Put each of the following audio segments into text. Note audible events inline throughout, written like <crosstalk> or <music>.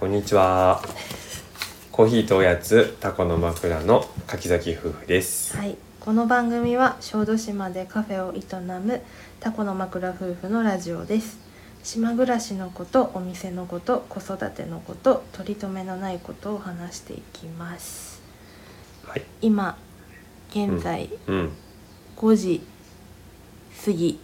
こんにちは。コーヒーとおやつ、タコの枕の柿崎夫婦です。はい、この番組は小豆島でカフェを営むタコの枕夫婦のラジオです島暮らしのことお店のこと子育てのこと取り留めのないことを話していきますはい。今現在うん。 5時過ぎ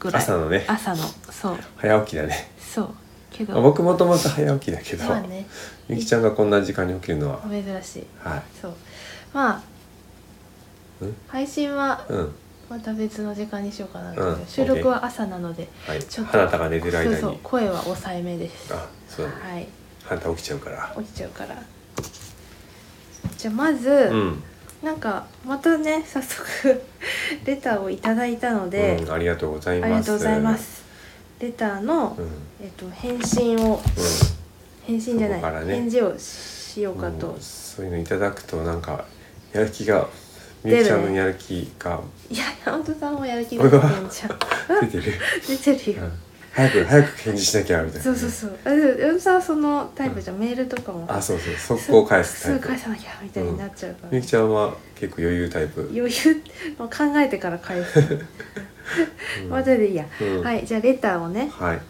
ぐらい、朝のね、朝のそう早起きだね。そうけまあど僕もともと早起きだけど、まあねゆきちゃんがこんな時間に起きるのは、珍しいはそうまあうん。配信はいうん。また別の時間にしようかなと思う、うん収録は朝なのではい。ちょっと花田が寝てる間に。そうそう声は抑えめですはあ、そうだね。い花田起きちゃうから。起きちゃうからじゃあまず、うん。なんかまたね早速 <laughs> レターをいただいたので、うん、ありがとうございあます。りがとうございま。すレターの、うん。うん。えっと、返信を返信じゃなそこからい、ね返事をしようかと、うんそういうのいただくとなんかやる気がみ出るゆきねちゃんのやる気がいや山本さんもやる気出てんじ <laughs> ゃん出てる、出てうるよ、ん、早く早く返事しなきゃみたいなね、そうそうそうあでも山本さんはそのタイプじゃん、メールとかもあそうそう速攻返すすタイぐプ返さなきゃみたいになっちゃうから、みゆきちゃんは結構余裕タイプ、余裕もう考えてから返すうんまあそれでいいや、うんはいじゃあレターをねはい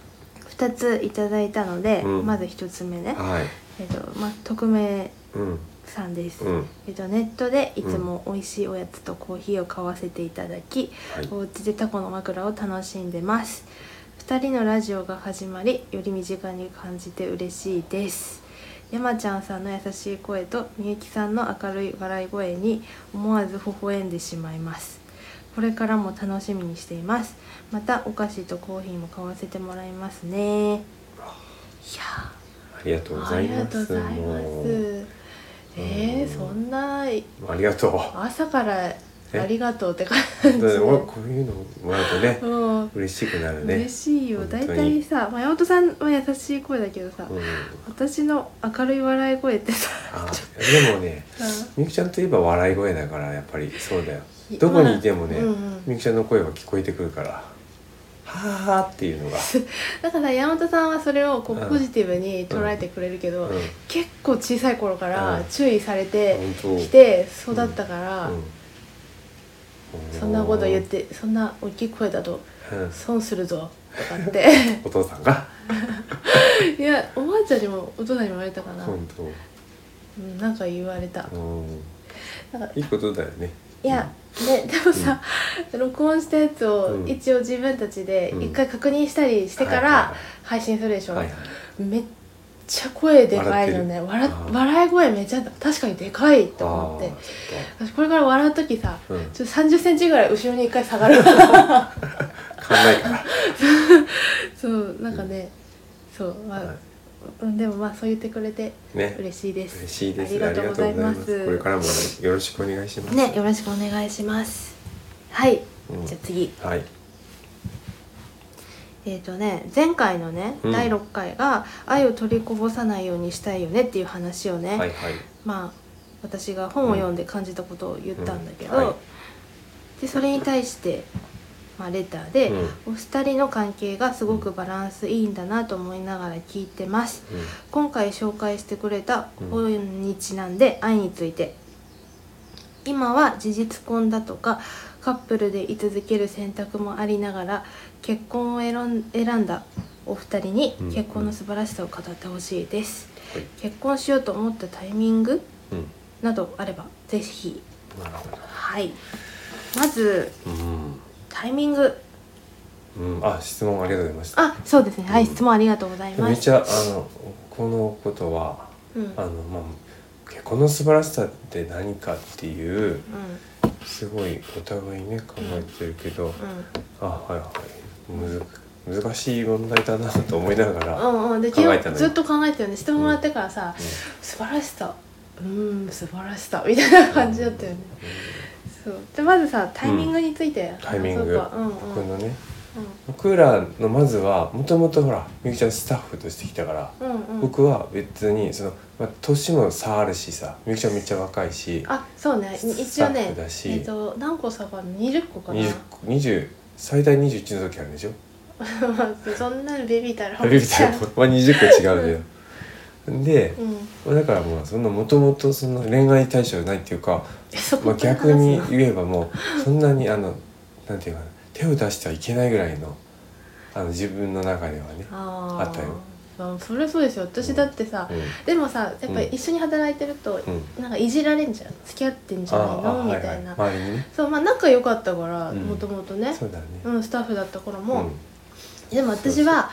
2ついただいたので、うんまず1つ目ね、はいえっとまあ、匿名うんさんです、うんえっと、ネットでいつも美味しいおやつとコーヒーを買わせていただき、はいお家でタコの枕を楽しんでます2人のラジオが始まりより身近に感じて嬉しいです山ちゃんさんの優しい声とみゆきさんの明るい笑い声に思わず微笑んでしまいますこれからも楽しみにしていますまたお菓子とコーヒーも買わせてもらいますねいやありがとうごーあざいりがまとうすございまもうすえー、そんなありがとう朝からえありがとうって感だじから俺こういうのもらうとねうん嬉しくなるね嬉しいよ本当大に体さ、まあ、山本さんは優しい声だけどさ、うん、私の明るい笑い声ってさ <laughs> あでもねさみゆきちゃんといえば笑い声だからやっぱりそうだよどこにいてもね、うんうんみゆきちゃんの声は聞こえてくるから「はあはあ」っていうの <laughs> が、だから山本さんはそれをこうんうポジティブに捉えてくれるけうど、ん、結構小さい頃かうんら注意されて本当きて育ったから、うんそんなこと言ってそんな大きい声だとうん損するぞとかって <laughs> お父さんがいやおばあちゃんにもお父さんにも言われたかな、本うん、なんか言われた当、うん、なんかいいことだよねいや、ね、でもさ、録音したやつをうん一応自分たちでうん一回確認したりしてから配信するでしはょ、いはいはいめっちゃ声でかいのね笑っ笑てるあー笑い声めっちゃ確かにでかいと思っはいてあーそ私これから笑う時さっかうんちょっと3 0ンチぐらい後ろに一回 <laughs> 下がる考えからそうなんかね、そう、まあはいうんでもまあそう言ってくれてね嬉しいです嬉しいですありがとうございあまりがとうございますこれからもねよろしくお願いしますねよろしくお願いしますはい、うんじゃあ次はいえーとね、前回のね、うん第6回が「愛を取りこぼさないようにしたいよね」っていう話をね、はいはいまあ私が本を読んで感じたことを言ったんだけど、うんはいでそれに対して、まあ、レターで、うんお二人の関係がすごくバランスいいんだなと思いながら聞いてます」うん今回紹介してくれたうん本にちなんで愛について、今は事実婚だとかカップルで居続ける選択もありながら結婚を選ん選んだお二人にうん結婚の素晴らしさを語ってほしいです、はい結婚しようと思ったタイミングうんなどあればぜひなるほどはいまずうんタイミングうん、あ質問ありがとうございました。あそうですねはうい、ん質問ありがとうございでもまめっすちゃあのこのことはうんうあの、まあ、結婚の素晴らしさって何かっていうすごいお互いね考えてるけど、んあはいはいむず難しい問題だなと思いながら、うんうんうんで考えたのよずっと考えてるねしてもらってからさ、素晴らしさうーん素晴らしさみたいな感じだったよねそうでまずさタイミングについて、タイミング、そうかうんうん僕のねうん僕らのまずはもともとほらみゆきちゃんスタッフとしてきたから、うんうん僕は別にその、まあ、年も差あるしさみゆきちゃんめっちゃ若いしあそうねス一タ応ッねフだしえっ、と何個差があるの20個かな20 20最大21の時あるんでしょ <laughs> そんなのベビーたらベビータイムは20個違うのよで、うんだからもうそんなもともとそんな恋愛対象ないっていうか、えそこまあ、から逆に話すの言えばもうそんなにあのなんていうかな手を出してはいけないぐらいのあの自分の中ではね。あーあったよまあそれそうですよ私だってさ、でもさやっぱり一緒に働いてると、うん、うんなんかいじられんじゃん付き合ってんじゃないのみたいな、はいはい、周りにねそうまあ仲良かったからうんもともとね、そうだね、うん、スタッフだった頃うも、んでも私は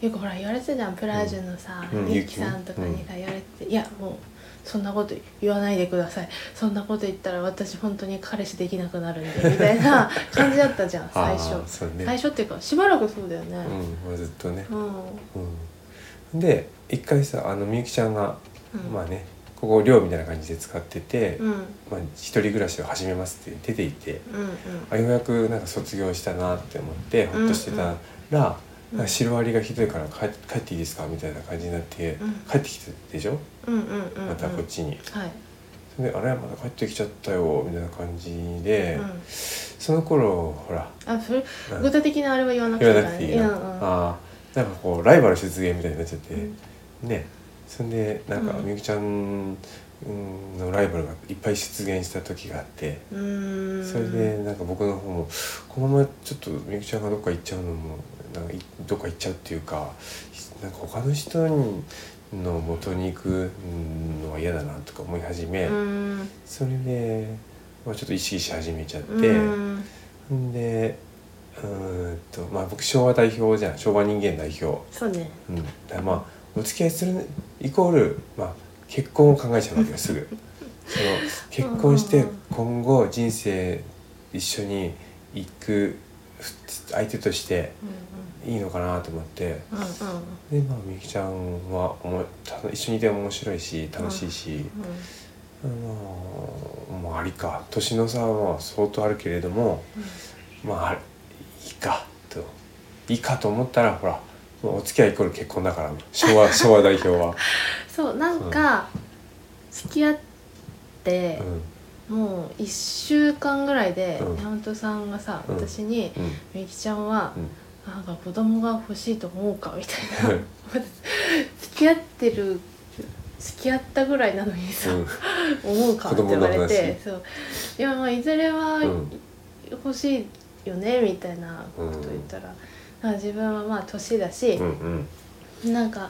よくほら言われてたじゃんプラージュのさ、うんミユキさんとかにさ言われて、いやもうそんなこと言わないでくださいそんなこと言ったら私本当に彼氏できなくなるん <laughs> でみたいな感じだったじゃん最あー初そうね最初っていうかしばらくそうだよねうんまあ、ずっとねう、ん、うんうん、で一回さあのみゆきちゃんが、まあねここを寮みたいな感じで使ってて、うんうんまあ、一人暮らしを始めますって出ていてあようやくなんか卒業したなって思ってほっとしてたら、うんなんかシロアリがひどいから帰帰っていいですかみたいな感じになって、うん帰ってきたでしょうんうんうんうんまたこっちに。はい、それであれまた帰ってきちゃったよみたいな感じで、うん、その頃ほらあそれうん具体的なあれは言わなくて言わないいからくねていいやな、うんあーなんかこうライバル出現みたいになっちゃって、うんねそんでなんかうんみゆきちゃんうんのライバルがいっぱい出現した時があって、うーんそれでなんか僕の方もこのままちょっとみゆきちゃんがどっか行っちゃうのもなんかいどっか行っちゃうっていうかなんか他の人にの元に行くのは嫌だなとか思い始め、うーんそれで、まあ、ちょっと意識し始めちゃって。うーんんでうーんとまあ僕昭和代表じゃん昭和人間代表、そうねうん、だからまあお付き合いするイコール、まあ、結婚を考えちゃうわけよすぐその結婚しうてんうんうん今後人生一緒に行くふ相手としてういいのかなと思ってんうんうんうんでまあみゆきちゃんはおもた一緒にいて面白いし楽しいし、うあのもうありか年の差は相当あるけれども、んまああれいいかといいかと思ったらほらもうお付き合いイコール結婚だから昭和昭和代表は、そうなんか付き合ってう、んもう1週間ぐらいでうん山本、さんがさうん私にうん「みゆきちゃんは、なんか子供が欲しいと思うか?」みたいな付き合ってる付き合ったぐらいなのにさう「ん、思うか?」って言われ子供のて話そういやまあいずれはうん欲しいよねみたいなこと言ったら、なんか自分はまあ年だし、うんうんなんか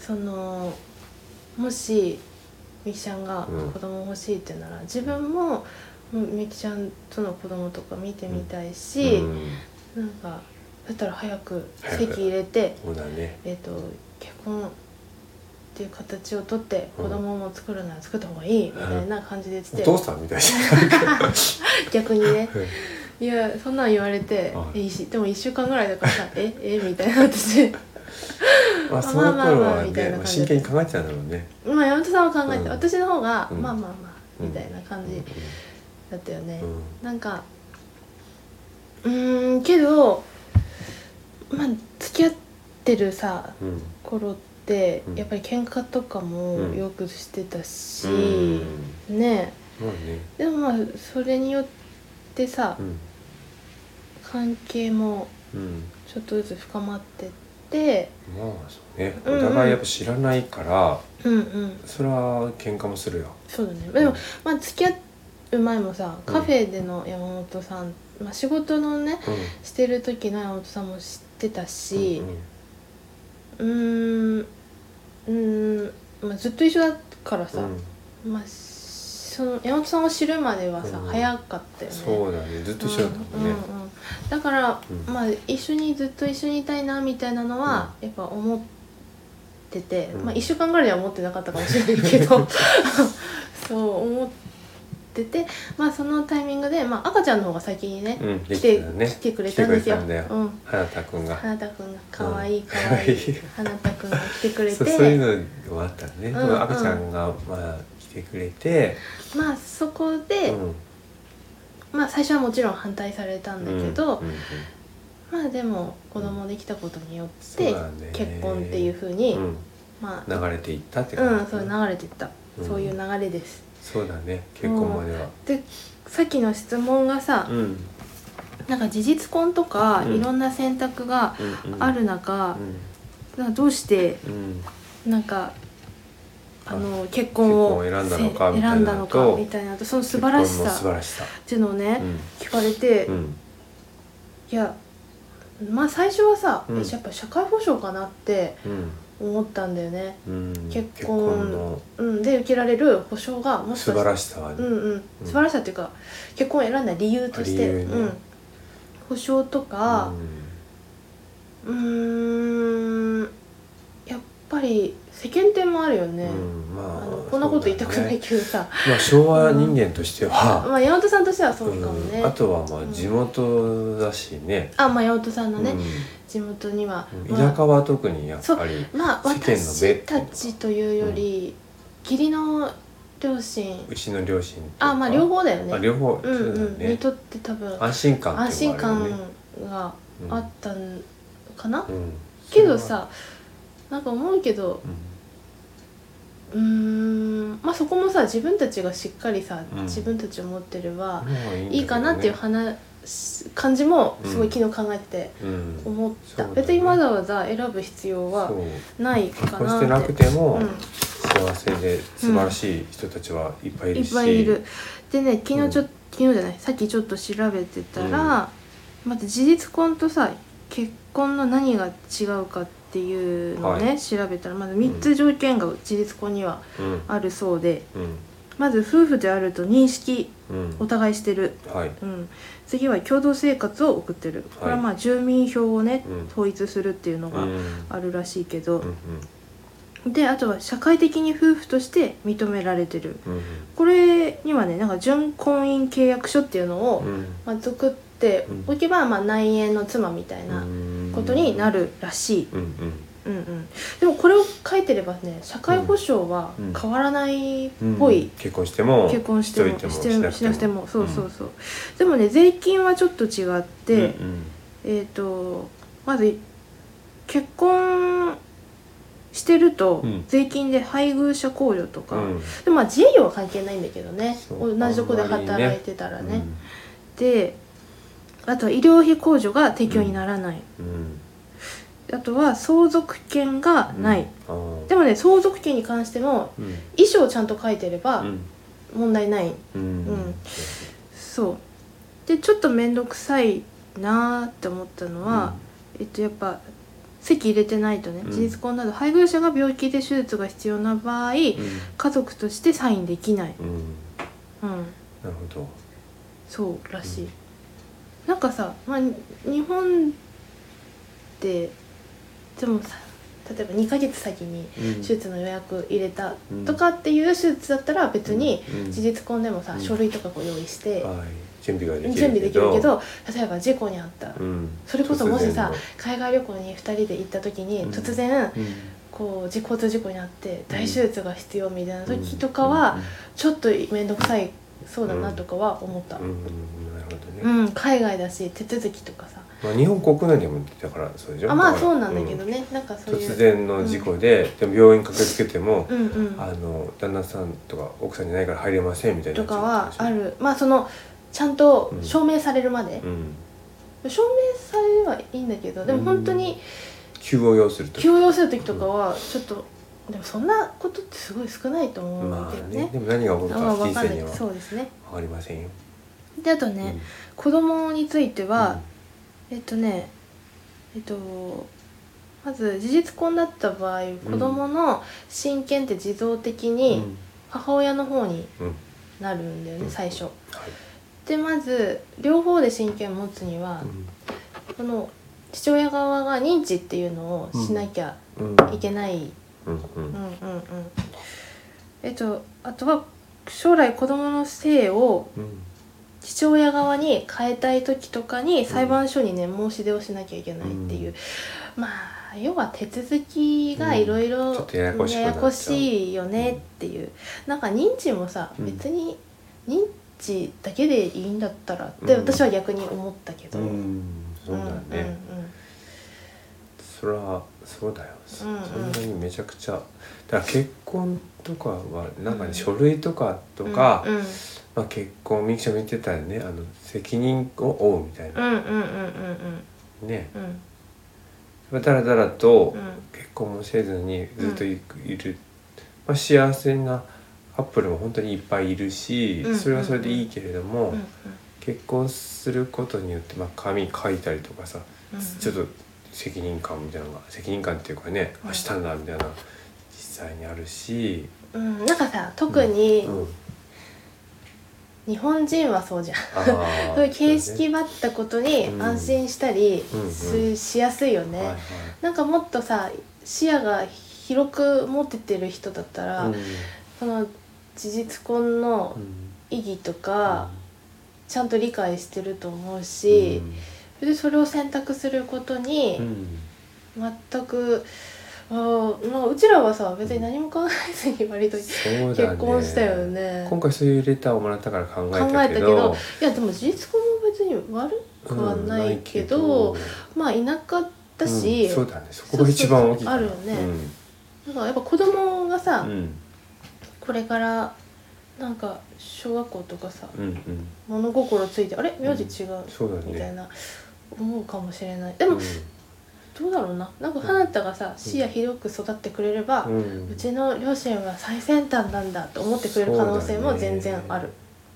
そのもしみきちゃんがうん子供欲しいってなら、自分もうんみきちゃんとの子供とか見てみたいし、うんなんかだったら早く早く籍入れて、そうだねえー、と結婚っていう形をとってうん子供も作るなら作った方がいいみたいな感じで言っておて、父さんみたいじ逆にねゃんいやそんなん言われて、はいえいしでも1週間ぐらいだからさ「 <laughs> ええみたい <laughs> な私まあそのまあまあまあ頃はみたいねなまあ感じ真剣に考えてたんだろうねまあ山本さんは考えて、うん私の方が、うんまあまあまあ」うんみたいな感じだったよね、うんうんなんかうーんけどまあ付き合ってるさうん頃って、うんやっぱり喧嘩とかもうんよくしてたし、うんねまあねえでもまあそれによってさうん関係もうんちょっとずつ深まってってまあそうねうんお互いやっぱ知らないからうんうんそれは喧嘩もするよそうだねでも、まあ、付き合う前もさカフェでの山本さん、まあ、仕事のねうんしてる時の山本さんも知ってたし、うんうんうーんうーん、まあ、ずっと一緒だからさ、うんまあ、その山本さんを知るまではさ、うん早かったよねそうだねずっと一緒だったもんね、うんうんうんだから、うんまあ、一緒にずっと一緒にいたいなみたいなのは、やっぱ思ってて、うんまあ、1週間ぐらいは思ってなかったかもしれないけ <laughs> どそう思ってて、まあ、そのタイミングで、まあ、赤ちゃんの方が先にね、うん、で来きててたね来てくれたんですよ来てくれたんだうよ、ん、花田くんが花田くんが可愛い可愛 <laughs> 可愛いい花田くんが来てくれそてうそういうのもあったね、んその赤ちゃんがまあ来てくれて、まあそこうで、んまあ最初はもちろん反対されたんだけど、うんうんうんまあでも子供できたことによっそてうなんだよね結婚っていうふうに、うんまあ流れていったってう感んじ、そう流れてった、うんそういう流れですそうだね結婚まではでさっきの質問がさ、うんうんなんか事実婚とかうんいろんな選択がうんある中う、んなんかどうしてうんなんかあの結結婚婚をを選んだせのかみたいなのと選んだのかみたいなのとその素晴らし結婚の素晴さっらしさていうのをね、うん聞かれて、うんいやまあ最初はさ、うんやっぱ社会保障かなってうん思ったんだよね、うん結婚のうん、で受けられる保障がもし素か晴したららしさはね、うんうん、素晴らしさっていうか結婚を選んだ理由として、理由ねうん、保障とかうーんやっぱり世間体もあるようんね、うんまああのこんなこと言いたくないけどさ、そうだねまあ昭和人間としては、まあ山本さんとしてはそううかもんね、あとはまあ地元だしね、あまあ山本さんのね、う地元には、ん、ま田あ舎は特にやっぱりまあ世間の目ってい私うのかたちというより、義理の両親うちの両親とかあまあ両方だよねあ両方うんそううだん、ねにとって多分安心感安っていう心のがあるよね感があったんかな、うんうんけどさなんか思うけどうーんまあそこもさ自分たちがしっかりさ、うん自分たちを持ってればそれはいいかなっていう話、話感じもすごい昨日考えてうん、て思った、うんそうだね別にわざわざ選ぶ必要はそうないかこうなしっててなくてもうん幸せで素晴らしい人たちはいっぱいいいるっし、ぱいいるでね昨日ちょ、うん昨日じゃないさっきちょっと調べてたら、まず事実婚とさ結婚の何が違うかっていうのをね、は調べたらまず3つ条件が事実婚にはうんあるそうで、うんまず夫婦であると認識うんお互いしてる、はいうん、次は共同生活を送ってるこれはまあ住民票をね、うん統一するっていうのうんがあるらしいけどうん、であとは社会的に夫婦として認められてるうんこれにはねなんか準婚姻契約書っていうのを、うんまあ、作っておけば、まあ、内縁の妻みたいなうんことになるらしい、うんうんうんうん、でもこれを書いてればね社会保障はうん変わらないっうんぽい、結婚しても結婚してしもといしてもてしなくてもそうそうそう、でもね税金はちょっと違って、うんえっ、とまず結婚してるとうん税金で配偶者控除とか、うんうんでまあ自営業は関係ないんだけどねそう同じとこであんまりね働いてたらねうんであとは医療費控除が適用にならない、うんあとは相続権がない、あーでもね相続権に関してもうん遺書をちゃんと書いてればうん問題ない、うんうんそうでちょっと面倒くさいなーって思ったのは、えっとやっぱ籍入れてないとねうん事実婚など配偶者が病気で手術が必要な場合うん家族としてサインできない、うんうん、なるほどそうらしい、うんなんかさ、まあ、に日本ってでもさ例えば2ヶ月先にうん手術の予約入れたとかっていう手術だったら別にうん事実婚でもさ、うん書類とかこう用意して、はい準備ができる準備できるけど例えば事故に遭った、うんそれこそもし突さ然の海外旅行に2人で行った時にうん突う然んこう事故と事故になって大手術が必要みたいな時とかはちょっと面倒くさいそうだなとかは思ったうん、うんうんなるほどね、うん、海外だし手続きとかさまあ、日本国内でもだからそうでしょあまあだからそうなんだけどね、なんかそうういう突然の事故で、でも病院駆けつけても、うんうんあの旦那さんとか奥さんじゃないから入れませんみたいなとやつかはあるるまあそのちゃんとうん証明されるまうで、ん証明されればいいんだけどでも本当に急を要すると急を要する時とかはちょっとでもそんなことってすごい少ないと思うんだまけあどねね,、でも何が起こるあまあか分人かん生ないには分そうですねかりませんよ、であとね、子供についてうんは、えっとねえっとまず事実婚だった場合子供の親権って自動的うんに母親の方にうんなるんだよね、うん最初はいでまず両方で親権を持つには、この父親側が認知っていうのをしなきゃうんうんいけない、うんううん、うんんうんえっとあとは将来子供の姓をうん父親側に変えたい時とかに裁判所にね申し出をしなきゃいけないっていう、まあ要は手続きがいろいうんちょろっとややこしくなっちゃうこしいよねっていうなんか認知もさ、うん別に認知だけでいいんだったらってうん私は逆に思ったけど、うんそうだね、それはそうだよ、そうんうんそんなにめちゃくちゃだから結婚とかはなんかね、うん書類とかとうんうんか、うんまあ、結婚みきちゃん見てたよねあの責任を負うみたいな、うんうんうんうんうんねうんだらだらとうん結婚もせずにずっとい,、る、まあ、幸せなカップルも本当にいっぱいいるし、うんそれはそれでいいけれども、うんうん結婚することによって、まあ、紙書いたりとかさ、うんちょっと責任感みたいなのが責任感っていうかねうん明日だみたいな実際にあるし、うん、なんかさ特に <laughs> うん日本人はそうじゃん、あーそういう形そう式ばったことにうん安心したりうんうんすしやすいよね、だねはいなんかもっとさ視野が広く持ててる人だったら、はいその事実婚のうんうん意義とか、ちゃんと理解してると思うし、それでそれを選択することにうんうん全く、あーまあうちらはさ別に何も考えずに割と結そうだね婚したよね。今回そういうレターをもらったから考考ええたたけけどどいやでも事実婚も別に悪くはうんないけど,、ないまあ田舎けだし、どうんそうだねそこが一番大きいかなそうそうそうあるよねうんなんかやっぱ子供がさ、うんこれからなんか小学校とかさうんうん物心ついてあれ名字違う、そうだねみたいな思うかもしれないでも、どうだろうななんか花田がさ視野広く育ってくれれば、ううんうんちの両親は最先端なんだと思ってくれる可能性も全然ある。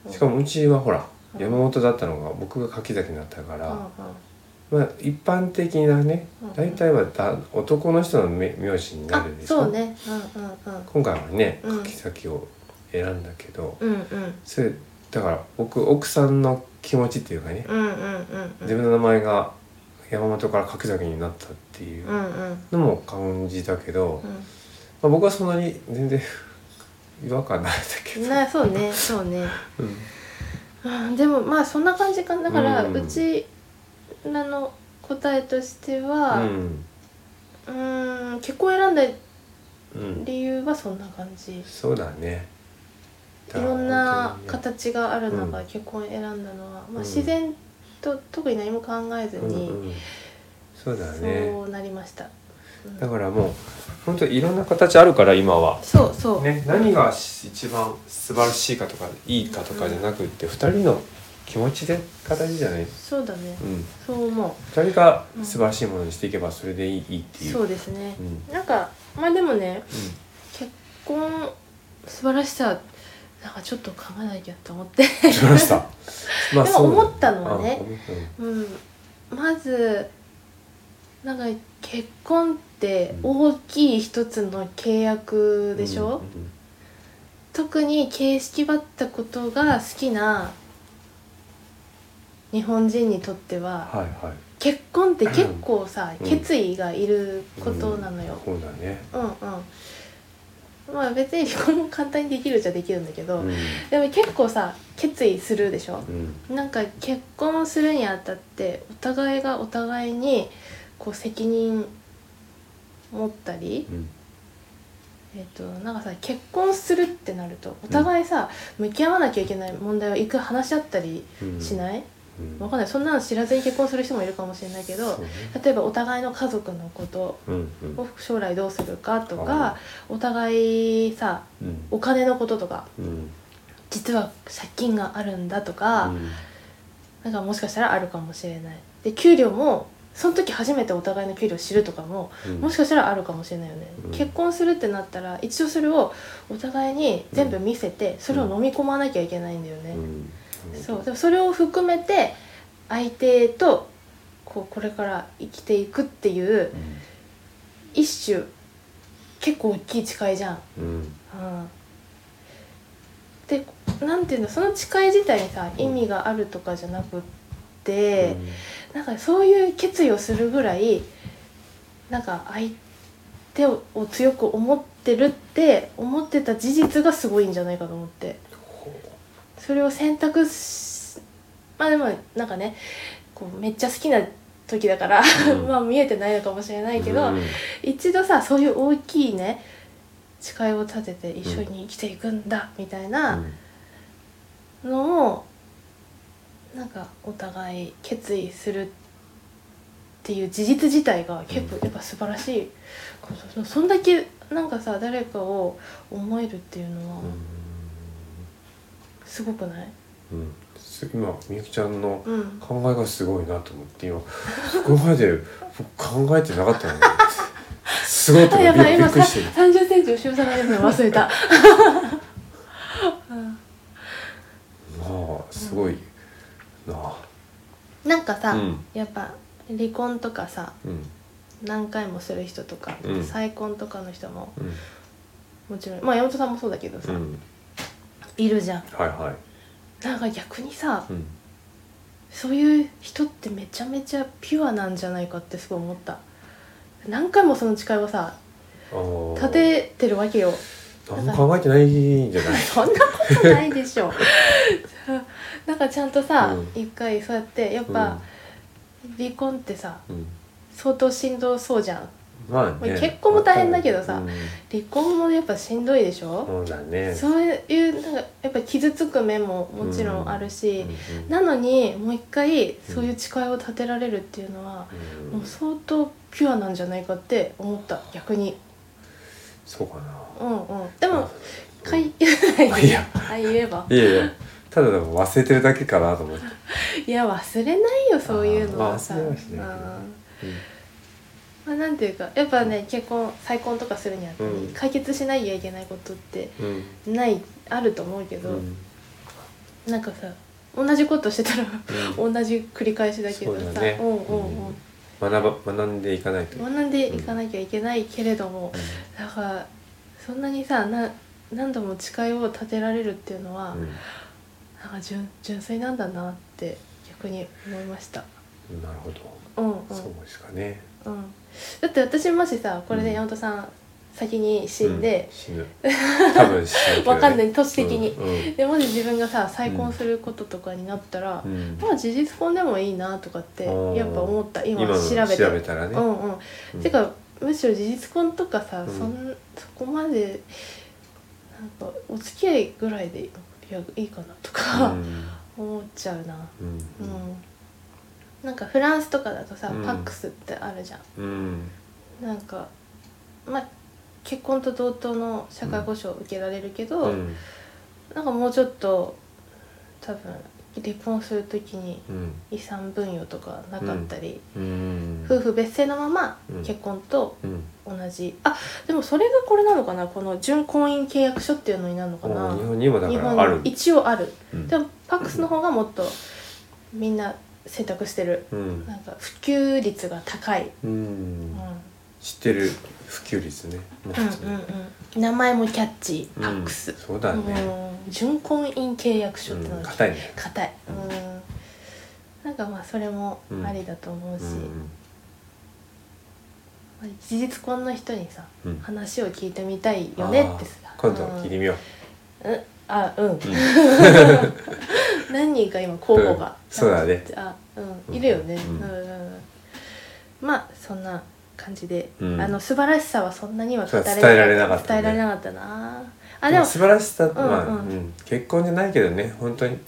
うんしかもうちはほらうん山本だったのが僕が柿崎になったから、うまあ一般的なねうん大体はだ男の人のめ名字にんうん、なあるでしょそうねうんうんうん今回はねうん柿崎を選んだけど、うんうんそれだから僕奥さんの気持ちっていうかね、うんうんうんうん自分の名前が山本から柿崎になったっていううんうんのも感じたけど、うまあ、僕はそんなに全然 <laughs> 違和感ないんだけどん、、なそうねそうねうんうんでもまあそんな感じかなだから、ううんちらの答えとしてはううんーん結婚選んだうん、理由はそんな感じいそうだねだからろんな本当形がある中、うん結婚選んだのは、うんまあ、自然と特に何も考えずにねに、うんうんそうだねそうなりました、うんだからもう本当いろんな形あるから今はそうそう、ね、何が一番素晴らしいかとかいいかとかじゃなくって、二人の気持ちで形じゃない、うん、そうだねそう思二人が素晴らしいものにしていけばそれでいい,、ってういうそうですねう、んなんかまあでもね結婚素晴らしさなんかちょっと考えなきゃと思ってうん、しま <laughs> したまそでもうだ思ったのはねあ思ったうんうん、まずなんか結婚って大きい一つの契約でしょ、うんうん特に形式ばったことが好きな日本人にとってははいはい結婚って結構さ、うん決意がいることなのよ、うんそうだね、うん、うんまあ別に離婚も簡単にできるじゃできるんだけど、うんでも結構さ決意するでしょ、うんなんか結婚するにあたってお互いがお互いにこう責任持ったり、うんえっとなんかさ結婚するってなるとお互いさ、向き合わなきゃいけない問題をいく話し合ったりうんしない、うんわかんないそんなの知らずに結婚する人もいるかもしれないけそどうね例えばお互いの家族のことうんうんを将来どうするかとあかお互いさうんお金のこととかうん実は借金があるんだとか。なんかもしかしたらあるかもしれないで給料もその時初めてお互いの給料を知るとかもうんもしかしたらあるかもしれないよね、うん結婚するってなったら一応それをお互いに全部見せて、それを飲み込まなきゃいけないんだよね、うんそうでもそれを含めて相手とこうこれから生きていくっていう一種結構大きい誓いじゃん、うんうん、でなんていうのその誓い自体にさ意味があるとかじゃなくって、うんなんかそういう決意をするぐらいなんか相手を強く思ってるって思ってた事実がすごいんじゃないかと思ってそれを選択しまあでもなんかねこうめっちゃ好きな時だから、うん <laughs> まあ見えてないのかもしれないけど、うん一度さそういう大きいね誓いを立てて一緒に生きていくんだみたいなのをなんかお互い決意するっていう事実自体が結構やっぱ素晴らしいこと、そんだけなんかさ誰かを思えるっていうのはすごくない、うんうんす今みゆきちゃんのうん、考えがすごいなと思って今そこまで僕考えてなかったのよすごいとあびやばいび今っくさりしてる三十センチ後ろ下がりの忘 <laughs> れたまあすごいなあなんかさ、うんやっぱ離婚とかさうん何回もする人とか、うん再婚とかの人もうんもちろんまあ山本さんもそうだけどさ、うんいるじゃんはいはいなんか逆にさ、うんそういう人ってめちゃめちゃピュアなんじゃないかってすごい思った何回もその誓いをさあー立ててるわけよ何も考えてないんじゃない <laughs> そんなことないでしょ <laughs> なんかちゃんとさうん一、回そうやってやっぱ、離婚ってさうんうん相当しんどそうじゃんまあね結婚も大変だけどさうん離婚もやっぱしんどいでしょ、そうだねそういうなんかやっぱ傷つく面ももちろんあるし、うんうんなのにもう一回そういう誓いを立てられるっていうのは、うもんう相当ピュアなんじゃないかって思った逆にそうかなうんうんでもうんかい <laughs> いやあ言えばいやいやただでも忘れてるだけかなと思っていや忘れないよそういうのはさあーまあ忘れはしないけどうんうんまあ、なんていうかやっぱね結婚再婚とかするにあたり、うん解決しなきゃいけないことってうんないあると思うけど、うんなんかさ同じことしてたら <laughs> 同じ繰り返しだけどそうださねうんうんうん学ば学んでいかないと学んでいかなきゃいけないけれども、だからそんなにさな何度も誓いを立てられるっていうのは、うなんか純純粋なんだなって逆に思いました。んなるほどうんうんそうですかねうん、だって私もしさこれうんで山本さん先に死んでう、死ぬ多分死ぬけどねわかんない都市的にうんでもし自分がさ再婚することとかになったら、うんまあ事実婚でもいいなとかってうんやっぱ思った今今の調べて調べたらうねんうん、うんてかむしろ事実婚とかさ、うんそんそこまでなんかお付き合いぐらいでいやいいかなとか、 <laughs> 思っちゃうなうんう、うんんなんかフランスとかだとさ、うんパックスってあるじゃんうんなんかまあ結婚と同等の社会保障を受けられるけど、うんなんかもうちょっと多分離婚するときにうん遺産分与とかなかったり、うん夫婦別姓のままうん結婚とうん同じ、あでもそれがこれなのかなこの準婚姻契約書っていうのになるのかもなう日本にもだか日らあ本るに一応ある、うんでもパックスの方がもっとみんな選択してるうんなんか普及率が高い、ううんん、知ってる普及率ねもううん普通にうんうん名前もキャッチーパうッんクス、そうだねうん準婚姻契約書うってのんが硬いね硬い、ううんん、なんかまあそれもありだと思うし、うんまあ事実婚の人にさうん話を聞いてみたいよねってさあー今度聞いてみよううんうんあうんうん <laughs> 何人か今候補が、うんそうだねあうんいるよね、ううんんうんうんまあそんな感じで、うんあの素晴らしさはそんなにはそう伝えられなかったね伝えられなかったなあでも素晴らしさ、まあ、うんうんうん結婚じゃないけどね本当に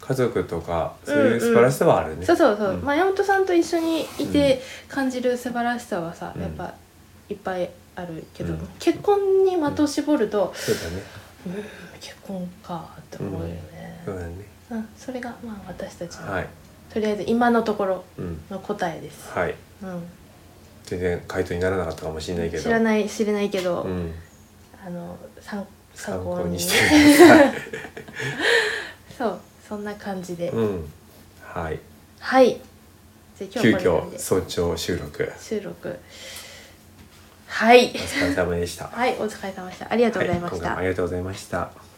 家族とかそううんういんう素晴らしさはあるね、そうそうそう、うんまあ、山本さんと一緒にいて感じる素晴らしさはさ、うんやっぱいっぱいあるけど、うん結婚に的を絞ると、そうだねうん、結婚かって思うよね、うそうんだねそれがまあ私たちの、はいとりあえず今のところうんの答えです、はいうん、全然回答にならなかったかもしれないけど知らない知れないけど、うん、あの参参参考考ににしてください <laughs> そうそんな感じで、うんはいはいじゃあ今日急はこれなん遽で早朝収録収録はいお疲れ様でしたはい、お疲れ様でした。ありがとうございまはし今回た。もありがとうございました